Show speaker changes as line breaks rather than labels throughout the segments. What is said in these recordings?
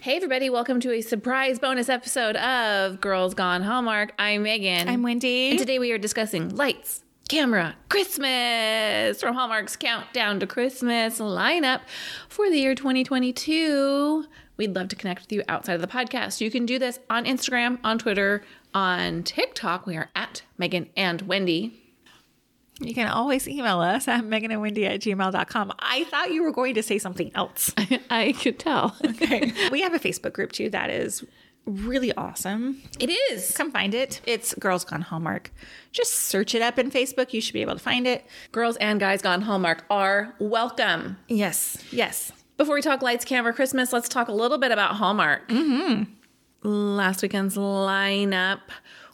Hey, everybody, welcome to a surprise bonus episode of Girls Gone Hallmark. I'm Megan.
I'm Wendy.
And today we are discussing lights, camera, Christmas from Hallmark's Countdown to Christmas lineup for the year 2022. We'd love to connect with you outside of the podcast. You can do this on Instagram, on Twitter, on TikTok. We are at Megan and Wendy.
You can always email us at Megan and Wendy at gmail.com. I thought you were going to say something else.
I could tell.
Okay. we have a Facebook group too that is really awesome.
It is.
Come find it. It's Girls Gone Hallmark. Just search it up in Facebook. You should be able to find it.
Girls and guys gone Hallmark are welcome.
Yes. Yes.
Before we talk lights, camera, Christmas, let's talk a little bit about Hallmark. Mm-hmm. Last weekend's lineup.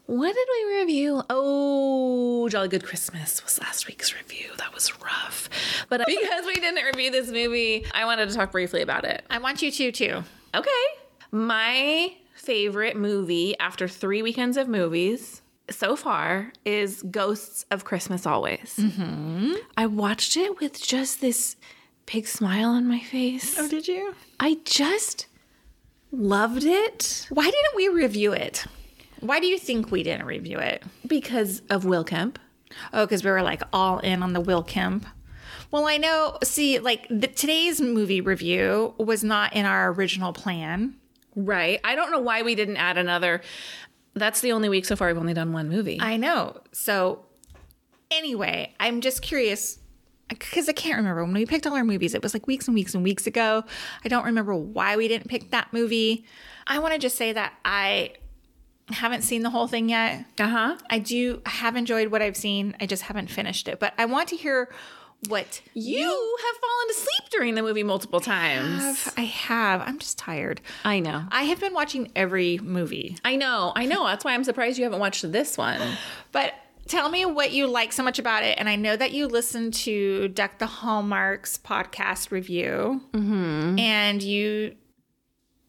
What did we review? Oh, Jolly Good Christmas was last week's review. That was rough. But uh, because we didn't review this movie, I wanted to talk briefly about it.
I want you to too.
Okay. My favorite movie after three weekends of movies so far is Ghosts of Christmas Always. I watched it with just this big smile on my face.
Oh, did you?
I just loved it
Why didn't we review it? Why do you think we didn't review it?
because of Will Kemp.
Oh, because we were like all in on the Will Kemp. Well, I know. See, like the, today's movie review was not in our original plan.
Right. I don't know why we didn't add another. That's the only week so far we've only done one movie.
I know. So, anyway, I'm just curious because I can't remember when we picked all our movies. It was like weeks and weeks and weeks ago. I don't remember why we didn't pick that movie. I want to just say that I haven't seen the whole thing yet.
Uh huh.
I do have enjoyed what I've seen. I just haven't finished it, but I want to hear what
You have fallen asleep during the movie multiple times.
I have. I'm just tired.
I know.
I have been watching every movie,
I know. I know. That's why I'm surprised you haven't watched this one.
but tell me what you like so much about it. And I know that you listened to Duck the Hallmarks podcast review,
Mm-hmm.
and you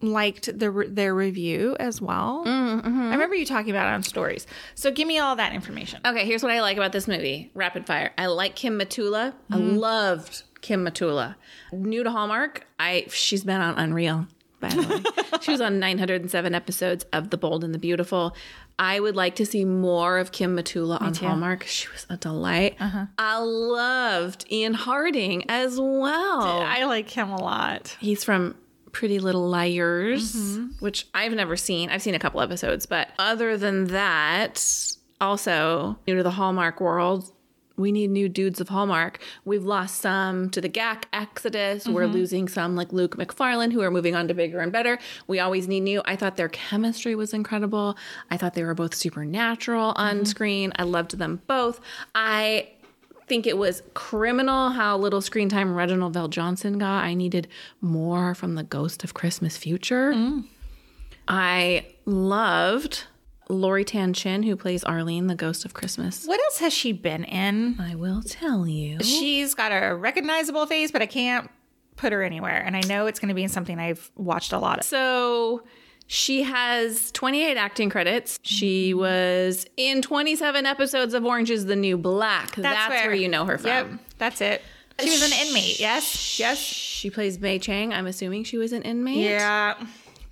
liked the re- their review as well.
Mm-hmm.
I remember you talking about it on stories. So give me all that information.
Okay, here's what I like about this movie Rapid Fire. I like Kim Matula. I loved Kim Matula. New to Hallmark, I she's been on Unreal, by the way. she was on 907 episodes of The Bold and the Beautiful. I would like to see more of Kim Matula on Hallmark. She was a delight. I loved Ian Harding as well.
I like him a lot.
He's from Pretty Little Liars, which I've never seen. I've seen a couple episodes, but other than that, also new to the Hallmark world, we need new dudes of Hallmark. We've lost some to the GAC exodus. We're losing some like Luke McFarlane, who are moving on to bigger and better. We always need new. I thought their chemistry was incredible. I thought they were both supernatural on screen. I loved them both. I think it was criminal how little screen time Reginald Vell Johnson got. I needed more from the Ghost of Christmas Future. I loved Lori Tan Chin, who plays Arlene, the Ghost of Christmas.
What else has she been in?
I will tell you.
She's got a recognizable face, but I can't put her anywhere. And I know it's going to be in something I've watched a lot of.
So she has 28 acting credits. She was in 27 episodes of Orange is the New Black. That's, where, you know her from.
Yep, that's it. She was an inmate. Yes, yes.
She plays Mei Chang. I'm assuming she was an inmate.
Yeah.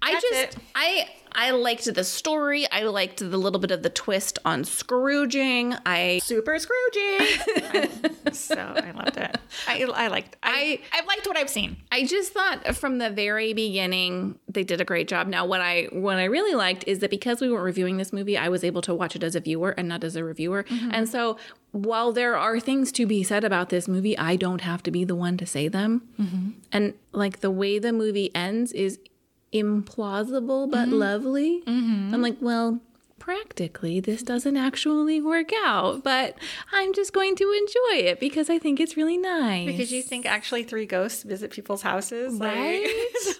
I
That's
just
it.
I I liked the story. I liked the little bit of the twist on Scrooging. I
Super Scroogey. so I loved it. I, I liked. I, I have liked what I've seen.
I just thought from the very beginning they did a great job. Now what I what I really liked is that because we weren't reviewing this movie, I was able to watch it as a viewer and not as a reviewer. And so while there are things to be said about this movie, I don't have to be the one to say them. And like the way the movie ends is implausible but lovely. I'm like, well, practically this doesn't actually work out, but I'm just going to enjoy it because I think it's really nice.
Because you think actually three ghosts visit people's houses, like-
Right?
so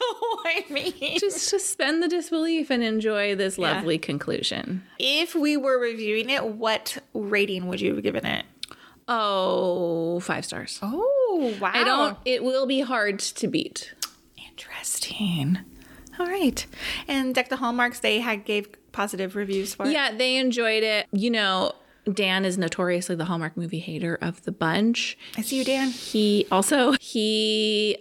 I mean,
just suspend the disbelief and enjoy this lovely conclusion.
if we were reviewing it, what rating would you have given it?
Oh, five stars.
Oh wow!
I don't. It will be hard to beat.
Interesting. All right. And Deck the Hallmarks, they had gave positive reviews for it.
Yeah, they enjoyed it. You know, Dan is notoriously the Hallmark movie hater of the bunch.
I see you, Dan.
He also he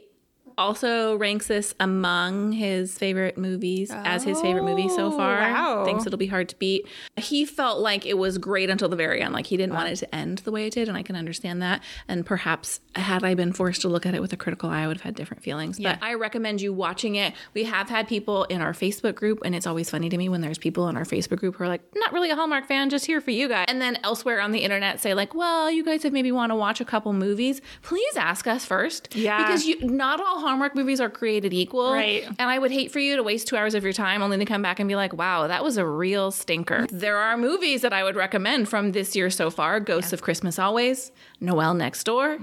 also ranks this among his favorite movies as his favorite movie so
Oh,
far.
wow.
Thinks it'll be hard to beat. He felt like it was great until the very end. Like he didn't want it to end the way it did, and I can understand that. And perhaps had I been forced to look at it with a critical eye, I would have had different feelings. But I recommend you watching it. We have had people in our Facebook group, and it's always funny to me when there's people in our Facebook group who are like, not really a Hallmark fan, just here for you guys. And then elsewhere on the internet say, like, well, you guys have maybe want to watch a couple movies. Please ask us first.
Yeah.
Because you not all Hallmark movies are created equal.
Right.
And I would hate for you to waste two hours of your time only to come back and be like, wow, that was a real stinker. There are movies that I would recommend from this year so far Ghosts of Christmas Always, Noel Next Door,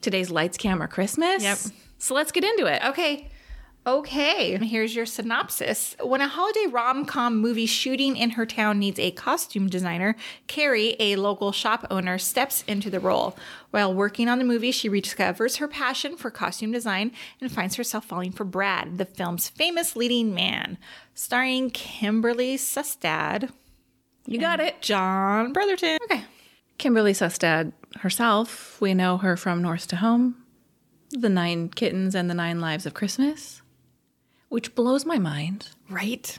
today's Lights, Camera, Christmas.
Yep.
So let's get into it.
Okay. Okay. Here's your synopsis. When a holiday rom com movie shooting in her town needs a costume designer, Carrie, a local shop owner, steps into the role. While working on the movie, she rediscovers her passion for costume design and finds herself falling for Brad, the film's famous leading man. Starring Kimberly Sustad,
You got it.
John Brotherton. Okay.
Kimberly Sustad herself, we know her from North to Home, The Nine Kittens and the Nine Lives of Christmas, which blows my mind
Right.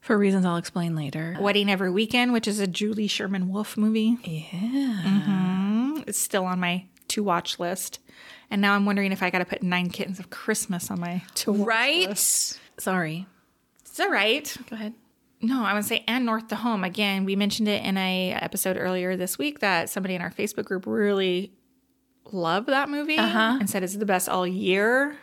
for reasons I'll explain later.
Wedding Every Weekend, which is a Julie Sherman Wolf movie. Mm-hmm.
Yeah.
It's still on my to watch list. And now I'm wondering if I got to put Nine Kittens of Christmas on my to watch.
Right? Sorry.
It's all right.
Go ahead.
No, I would say and North to Home. Again, we mentioned it in a episode earlier this week that somebody in our Facebook group really loved that movie
Uh-huh.
and said it's the best all year.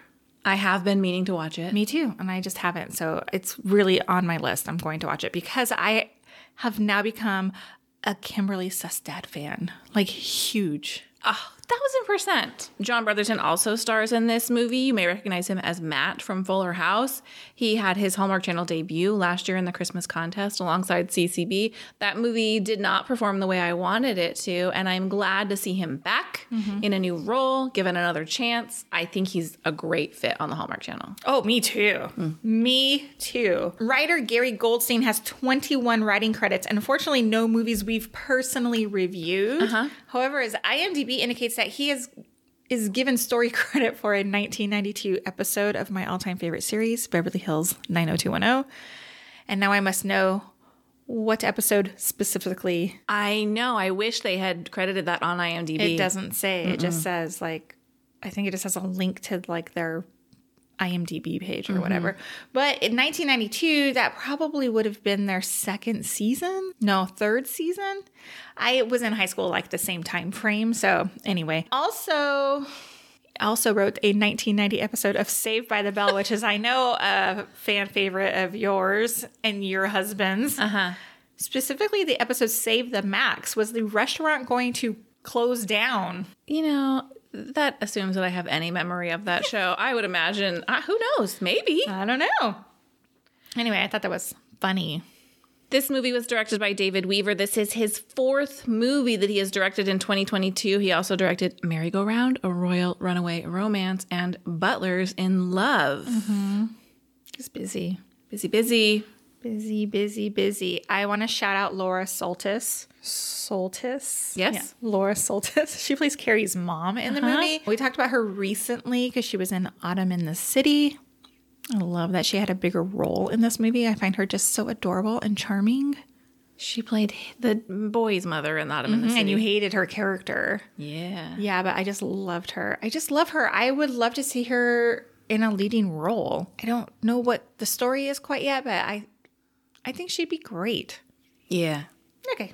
I have been meaning to watch it.
Me too. And I just haven't. So it's really on my list. I'm going to watch it because I have now become a Kimberly Sustad fan. Like huge.
Oh, thousand percent. John Brotherton also stars in this movie. You may recognize him as Matt from Fuller House. He had his Hallmark Channel debut last year in the Christmas contest alongside CCB. That movie did not perform the way I wanted it to, and I'm glad to see him back in a new role, given another chance. I think he's a great fit on the Hallmark Channel.
Oh, me too. Me too. Writer Gary Goldstein has 21 writing credits. Unfortunately, no movies we've personally reviewed. However, his IMDb indicates that he is is given story credit for a 1992 episode of my all-time favorite series, Beverly Hills 90210. And now I must know what episode specifically.
I know. I wish they had credited that on IMDb.
It doesn't say. It just says like I think it just has a link to like their IMDb page or whatever. But in 1992, that probably would have been their second season. No, third season. I was in high school like the same time frame. So anyway, also. Also wrote a 1990 episode of Saved by the Bell, which is I know a fan favorite of yours and your husband's.
Uh-huh.
Specifically, the episode "Save the Max" was the restaurant going to close down.
You know, that assumes that I have any memory of that show. I would imagine, uh, who knows, maybe.
I don't know. Anyway, I thought that was funny.
This movie was directed by David Weaver. This is his fourth movie that he has directed in 2022. He also directed Merry Go Round, A Royal Runaway Romance, and Butlers in Love. Mm-hmm.
He's busy,
Busy, busy.
busy, busy, busy. I want to shout out Laura Soltis. Soltis,
Yes.
Laura Soltis. She plays Carrie's mom in the movie. We talked about her recently because she was in Autumn in the City. I love that she had a bigger role in this movie. I find her just so adorable and charming.
She played the boy's mother in Autumn in the
And
City.
you hated her character.
yeah.
Yeah, but I just loved her. I just love her. I would love to see her in a leading role. I don't know what the story is quite yet, but I I think she'd be great.
Yeah.
Okay.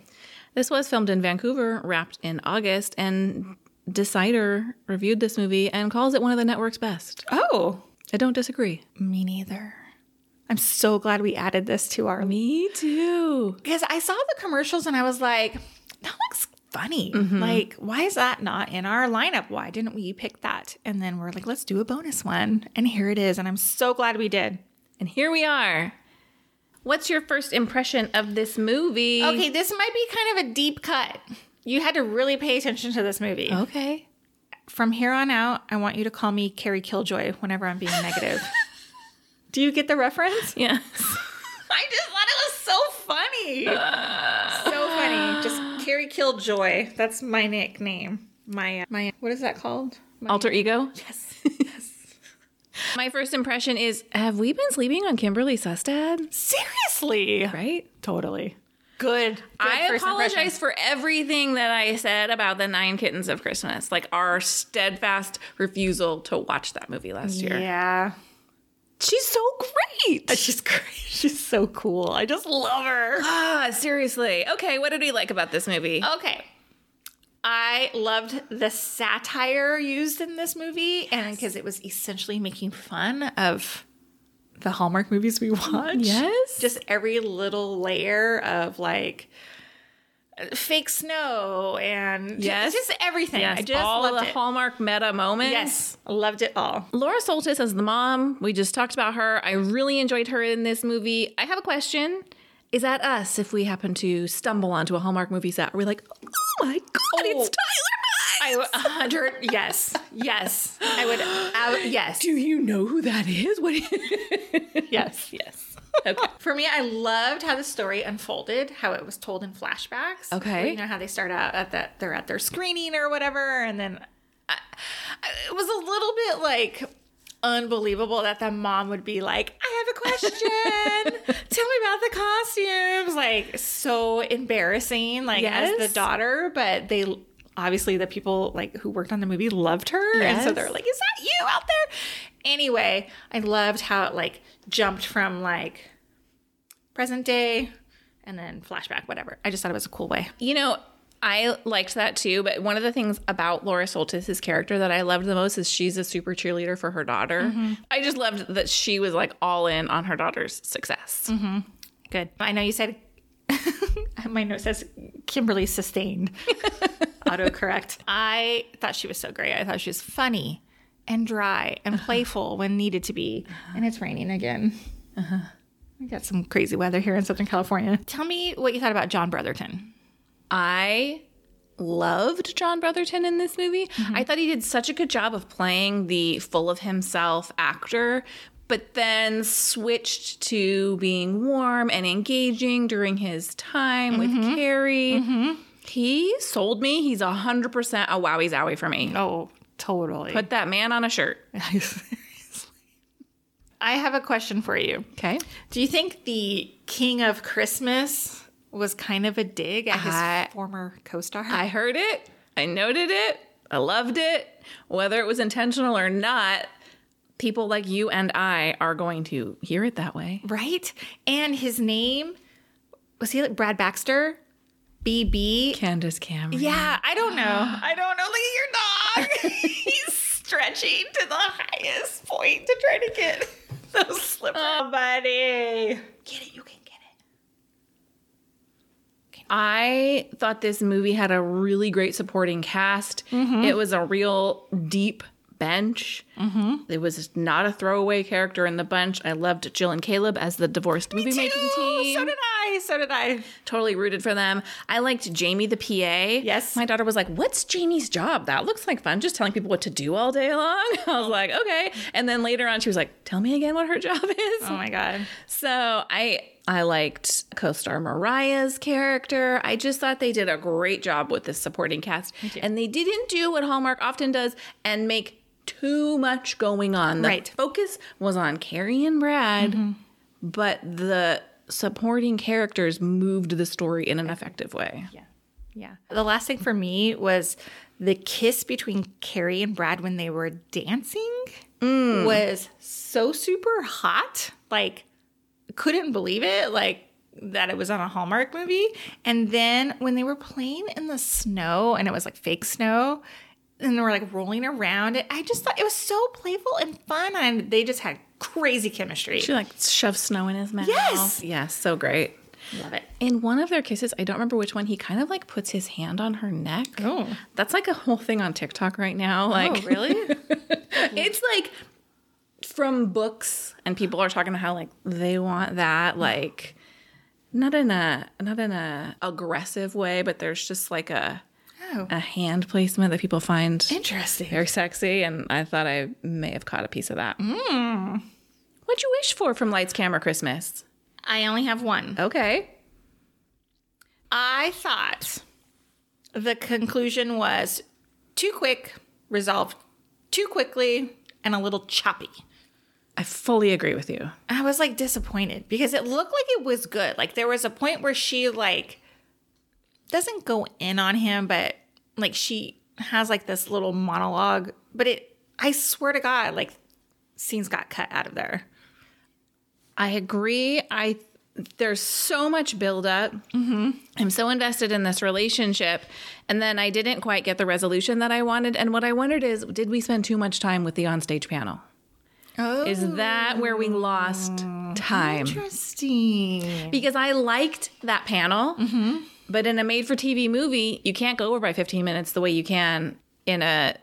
This was filmed in Vancouver, wrapped in August, and Decider reviewed this movie and calls it one of the network's best.
Oh,
I don't disagree.
me neither. I'm so glad we added this to our
Me too.
because I saw the commercials and I was like, that looks funny. Like, why is that not in our lineup? Why didn't we pick that? And then we're like, let's do a bonus one. And here it is. And I'm so glad we did.
And here we are. What's your first impression of this movie?
Okay, this might be kind of a deep cut. You had to really pay attention to this movie.
Okay.
From here on out, I want you to call me Carrie Killjoy whenever I'm being negative. Do you get the reference?
Yes.
I just thought it was so funny. so funny. Just Carrie Killjoy. That's my uh, nickname. My my what is that called? My
Alter ego?
yes. yes.
My first impression is have we been sleeping on Kimberly Sustad?
Seriously.
Right?
Totally. Good. Good
I
first
apologize
impression.
for everything that I said about the Nine Kittens of Christmas, like our steadfast refusal to watch that movie last year.
Yeah. She's so great. She's great. She's so cool. I just love her.
Ah, seriously. Okay, what did we like about this movie?
Okay. I loved the satire used in this movie and because it was essentially making fun of the Hallmark movies we watch.
Yes.
Just every little layer of like fake snow and
Yes.
just everything.
yes,
I just
all
loved
the
it.
Hallmark meta moments.
yes, loved it all.
Laura Soltis as the mom. We just talked about her. I really enjoyed her in this movie. I have a question. Is that us if we happen to stumble onto a Hallmark movie set? Are we like, oh my God, it's Tyler
I
Mines?
a hundred. yes, yes. I would. I, yes,
Do you know who that is? What
yes,
yes. Okay.
For me, I loved how the story unfolded, how it was told in flashbacks.
Okay.
Where, you know how they start out at that they're at their screening or whatever, and then I, I- it was a little bit like unbelievable that the mom would be like, "I have a question. Tell me about the costumes." Like so embarrassing, like as
Yes.
the daughter, but they obviously the people like who worked on the movie loved her, and so
Yes.
they're like, "Is that you out there?" Anyway, I loved how it like jumped from like present day and then flashback, whatever. I just thought it was a cool way.
You know, I liked that too, but one of the things about Laura Soltis' character that I loved the most is she's a super cheerleader for her daughter. I just loved that she was like all in on her daughter's success.
Good. I know you said my note says Kimberly sustained. Autocorrect. I thought she was so great. I thought she was funny and dry and playful when needed to be. Uh-huh. And it's raining again. We got some crazy weather here in Southern California. Tell me what you thought about John Brotherton.
I loved John Brotherton in this movie. I thought he did such a good job of playing the full of himself actor, but then switched to being warm and engaging during his time with Carrie. He sold me. He's 100% a wowie zowie for me.
Oh, totally.
Put that man on a shirt.
I have a question for you.
Okay.
Do you think the King of Christmas was kind of a dig at his
I-
former co-star?
I heard it. I noted it. I loved it. Whether it was intentional or not, people like you and I are going to hear it that way.
right? And his name was he like Brad Baxter? BB?
Candace Cameron.
Yeah, I don't know. I don't know. Look at your dog. He's stretching to the highest point to try to get those slippers. Oh, buddy. Get it. You can get it.
I thought this movie had a really great supporting cast. It was a real deep bench. Mm-hmm. It was not a throwaway character in the bunch. I loved Jill and Caleb as the divorced movie making team.
So did I. So did I.
totally rooted for them. I liked Jamie the PA.
Yes.
My daughter was like, What's Jamie's job? That looks like fun. Just telling people what to do all day long. I was like, Okay. And then later on, she was like, Tell me again what her job is.
Oh my god.
So I. I liked co-star Mariah's character. I just thought they did a great job with this supporting cast, and they didn't do what Hallmark often does and make too much going on. The
Right. Mm-hmm.
focus was on Carrie and Brad, but the supporting characters moved the story in an effective way.
Yeah. Yeah. The last thing for me was the kiss between Carrie and Brad when they were dancing was so super hot. Like, couldn't believe it. Like, that it was on a Hallmark movie. And then when they were playing in the snow and it was like fake snow and they were like rolling around, I just thought it was so playful and fun. And they just had crazy chemistry.
She like shoved snow in his mouth.
Yes.
yes, so great.
Love it.
In one of their kisses, I don't remember which one, he kind of like puts his hand on her neck.
Oh.
That's like a whole thing on TikTok right now.
Oh,
Like
really?
it's like from books and people are talking about how like they want that like not in a not in a aggressive way, but there's just like a
oh,
a hand placement that people find
interesting.
very sexy and I thought I may have caught a piece of that. What'd you wish for from Lights Camera Christmas?
I only have one.
Okay.
I thought the conclusion was too quick, resolved too quickly, and a little choppy.
I fully agree with you.
I was like disappointed because it looked like it was good. Like there was a point where she like doesn't go in on him, but like she has like this little monologue. But it, I swear to God, like scenes got cut out of there.
I agree. I there's so much buildup. Mm-hmm. I'm so invested in this relationship, and then I didn't quite get the resolution that I wanted. And what I wondered is, did we spend too much time with the onstage panel?
Oh, Mm-hmm.
Is that where we lost time?
interesting.
Because I liked that panel,
Mm-hmm.
but in a made-for-TV movie, you can't go over by 15 minutes the way you can in a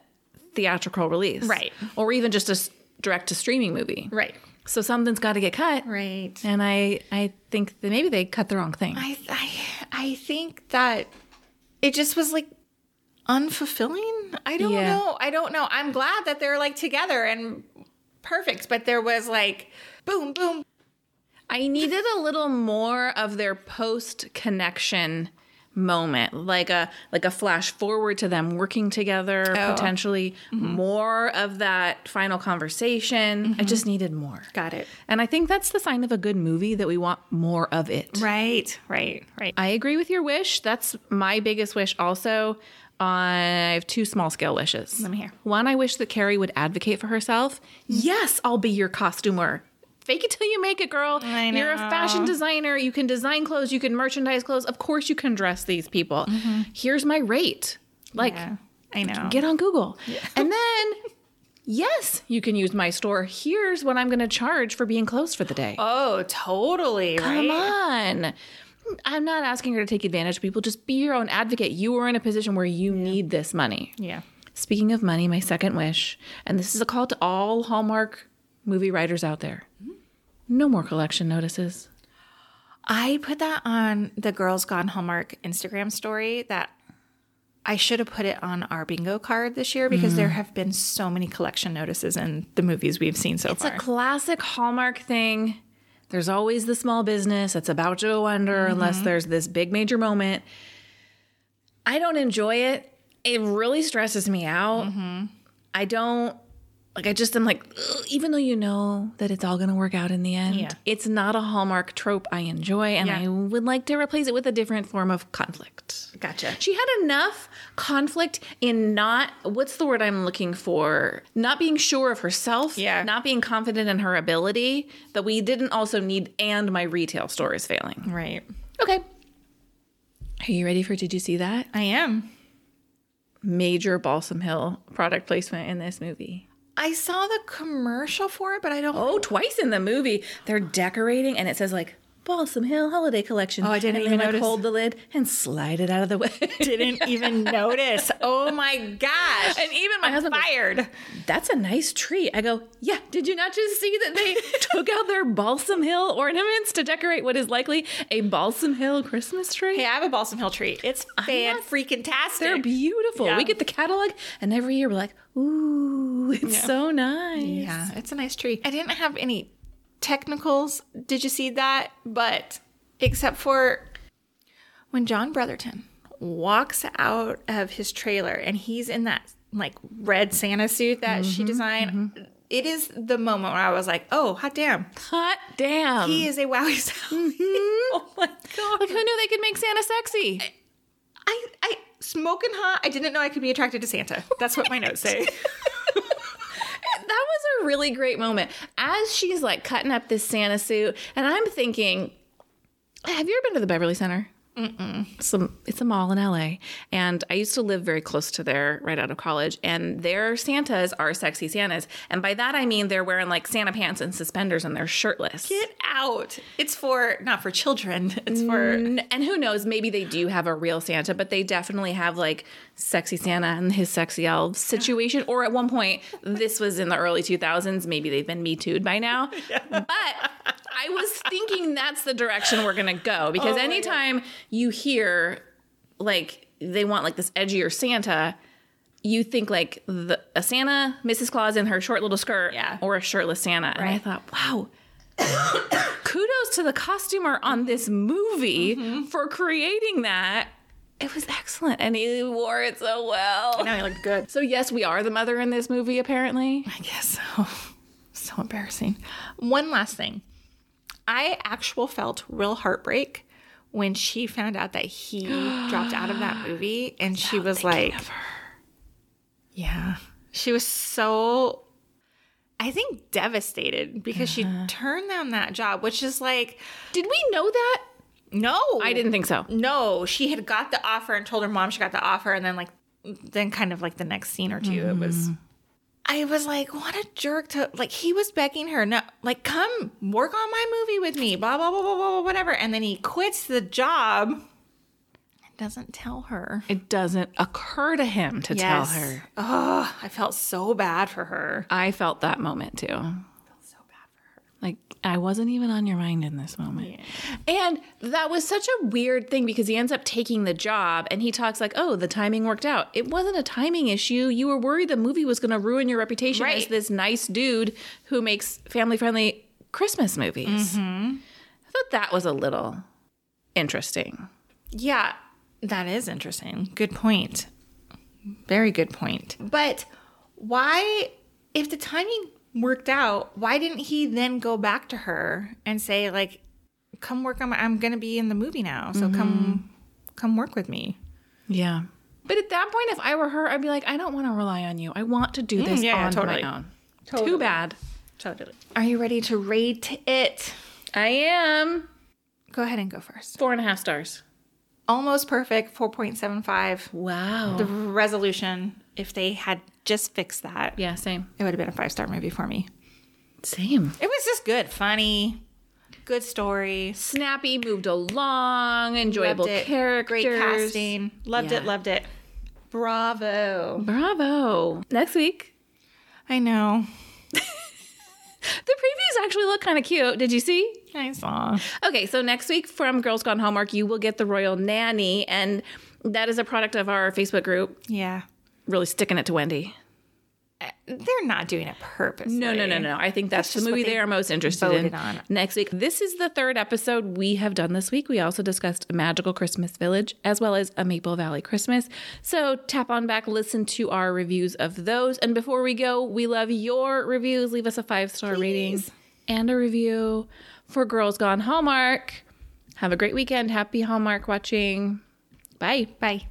theatrical release,
Right.
Or even just a s- direct-to-streaming movie,
Right.
So something's got to get cut,
Right.
and I I think that maybe they cut the wrong thing.
I I I think that it just was like unfulfilling. I don't
Yeah.
know. I don't know. I'm glad that they're like together and perfect, but there was like boom boom.
I needed a little more of their post connection moment, like a like a flash forward to them working together,
Oh.
potentially more of that final conversation. I just needed more.
Got it.
Mm-hmm. And I think that's the sign of a good movie that we want more of it.
Right, right, right.
I agree with your wish. That's my biggest wish also. I have two small scale wishes.
Let me hear.
One, I wish that Carrie would advocate for herself. Yes, I'll be your costumer. Fake it till you make it, girl.
I
You're a
know.
fashion designer. You can design clothes. You can merchandise clothes. Of course, you can dress these people. Here's my rate. Like,
Mm-hmm. Yeah, I know.
get on Google. And then, yes, you can use my store. Here's what I'm going to charge for being closed for the day.
oh, totally.
Come
right?
on. I'm not asking her to take advantage of people. Just be your own advocate. You are in a position where you need this money.
Yeah.
Speaking of money, my second wish, and this is a call to all Hallmark movie writers out there no more collection notices.
I put that on the Girls Gone Hallmark Instagram story that I should have put it on our bingo card this year because there have been so many collection notices in the movies we've seen so
It's
far.
a classic Hallmark thing. There's always the small business that's about to go under
Mm-hmm.
unless there's this big major moment. I don't enjoy it. It really stresses me out.
Mm-hmm.
I don't like I just am like "Ugh," even though you know that it's all going to work out in the end.
Yeah.
It's not a Hallmark trope I enjoy and
Yeah.
I would like to replace it with a different form of conflict.
Gotcha.
She had enough conflict in not what's the word I'm looking for? Not being sure of herself,
Yeah.
not being confident in her ability that we didn't also need and my retail store is failing.
Right.
Okay. Are you ready for did you see that?
I am.
Major Balsam Hill product placement in this movie.
I saw the commercial for it, but I don't.
Oh, twice in the movie, they're decorating and it says like Balsam Hill Holiday Collection. Oh,
I didn't
and
even
they, like,
notice.
Hold the lid and slide it out of the way.
Didn't even notice. Oh my gosh.
And even my
I'm
husband was-
fired.
that's a nice tree. I go, yeah, did you not just see that they took out their Balsam Hill ornaments to decorate what is likely a Balsam Hill Christmas tree?
Hey, I have a Balsam Hill tree. It's fan
not-
freaking
They're
tastic.
beautiful.
Yeah.
We get the catalog, and every year we're like, ooh, it's so nice.
Yeah, it's a nice tree. I didn't have any technicals. Did you see that? But except for when John Brotherton walks out of his trailer and he's in that like red Santa suit that she designed. It is the moment where I was like, "Oh, hot damn!
Hot damn.
He is a wowie Sally." oh my god!
like, who knew they could make Santa sexy?
I, I smoking hot. I didn't know I could be attracted to Santa. That's what my notes say.
that was a really great moment. As she's like cutting up this Santa suit, and I'm thinking, have you ever been to the Beverly Center? Mm-mm. Some it's a mall in LA, and I used to live very close to there right out of college. And their Santas are sexy Santas, and by that I mean they're wearing like Santa pants and suspenders, and they're shirtless.
Get out. It's for not for children. It's for
N- And who knows? Maybe they do have a real Santa, but they definitely have like sexy Santa and his sexy elves situation. Or at one point, this was in the early 2000s. Maybe they've been Me Too'd by now. But I was thinking that's the direction we're going to go because
Oh,
anytime you hear like they want like this edgier Santa, you think like the, a Santa, Mrs. Claus in her short little skirt,
Yeah.
or a shirtless Santa. And I
Right.
thought, wow, kudos to the costumer on this movie
Mm-hmm.
for creating that. It was excellent, and he wore it so well.
Now he looked good.
So yes, we are the mother in this movie, apparently.
I guess so. So embarrassing. One last thing. I actual felt real heartbreak when she found out that he dropped out of that movie and she was like Yeah. She was so I think devastated because she turned down that job, which is like
Uh-huh. Did we know that?
no.
I didn't think so.
No, she had got the offer and told her mom she got the offer, and then like, then kind of like the next scene or 2 it was. I was like, what a jerk to like. He was begging her, no, like, come work on my movie with me, blah blah blah blah blah, blah whatever. And then he quits the job. and Doesn't tell her.
It doesn't occur to him to tell her.
Oh, I felt so bad for her.
I felt that moment too.
So bad for her.
Like I wasn't even on your mind in this moment. And that was such a weird thing because he ends up taking the job and he talks like, "Oh, the timing worked out. It wasn't a timing issue. You were worried the movie was going to ruin your reputation as
Right.
this nice dude who makes family-friendly Christmas movies." I thought that was a little interesting.
Yeah, that is interesting. Good point. Very good point. But why, if the timing worked out, why didn't he then go back to her and say, like, come work on my, I'm going to be in the movie now. So come, come work with me.
Yeah. But at that point, if I were her, I'd be like, I don't want to rely on you. I want to do this
yeah, yeah,
on
totally.
my own. Too
Totally.
bad.
Totally. Are you ready to rate it?
I am
Go ahead and go first.
four and a half stars.
Almost perfect, 4.75.
Wow.
The resolution, if they had just fixed that,
yeah, same.
it would have been a five star movie for me.
Same.
It was just good, funny, good story,
Snappy, moved along, enjoyable
Loved it.
characters.
great casting. Loved it,
Yeah.
loved it. Bravo.
Bravo. Next week.
I know.
The previews actually look kind of cute. Did you see?
I saw.
Okay, so next week from Girls Gone Hallmark, you will get the Royal Nanny, and that is a product of our Facebook group.
Yeah.
Really sticking it to Wendy.
They're not doing it purposely.
No, no, no, no. I think that's,
just
the movie
what
they,
they
are most interested
voted
in
on.
next week. This is the third episode we have done this week. We also discussed a magical Christmas village as well as a Maple Valley Christmas. So tap on back, listen to our reviews of those. And before we go, we love your reviews. Leave us a five star rating and a review for Girls Gone Hallmark. Have a great weekend. Happy Hallmark watching. Bye.
Bye.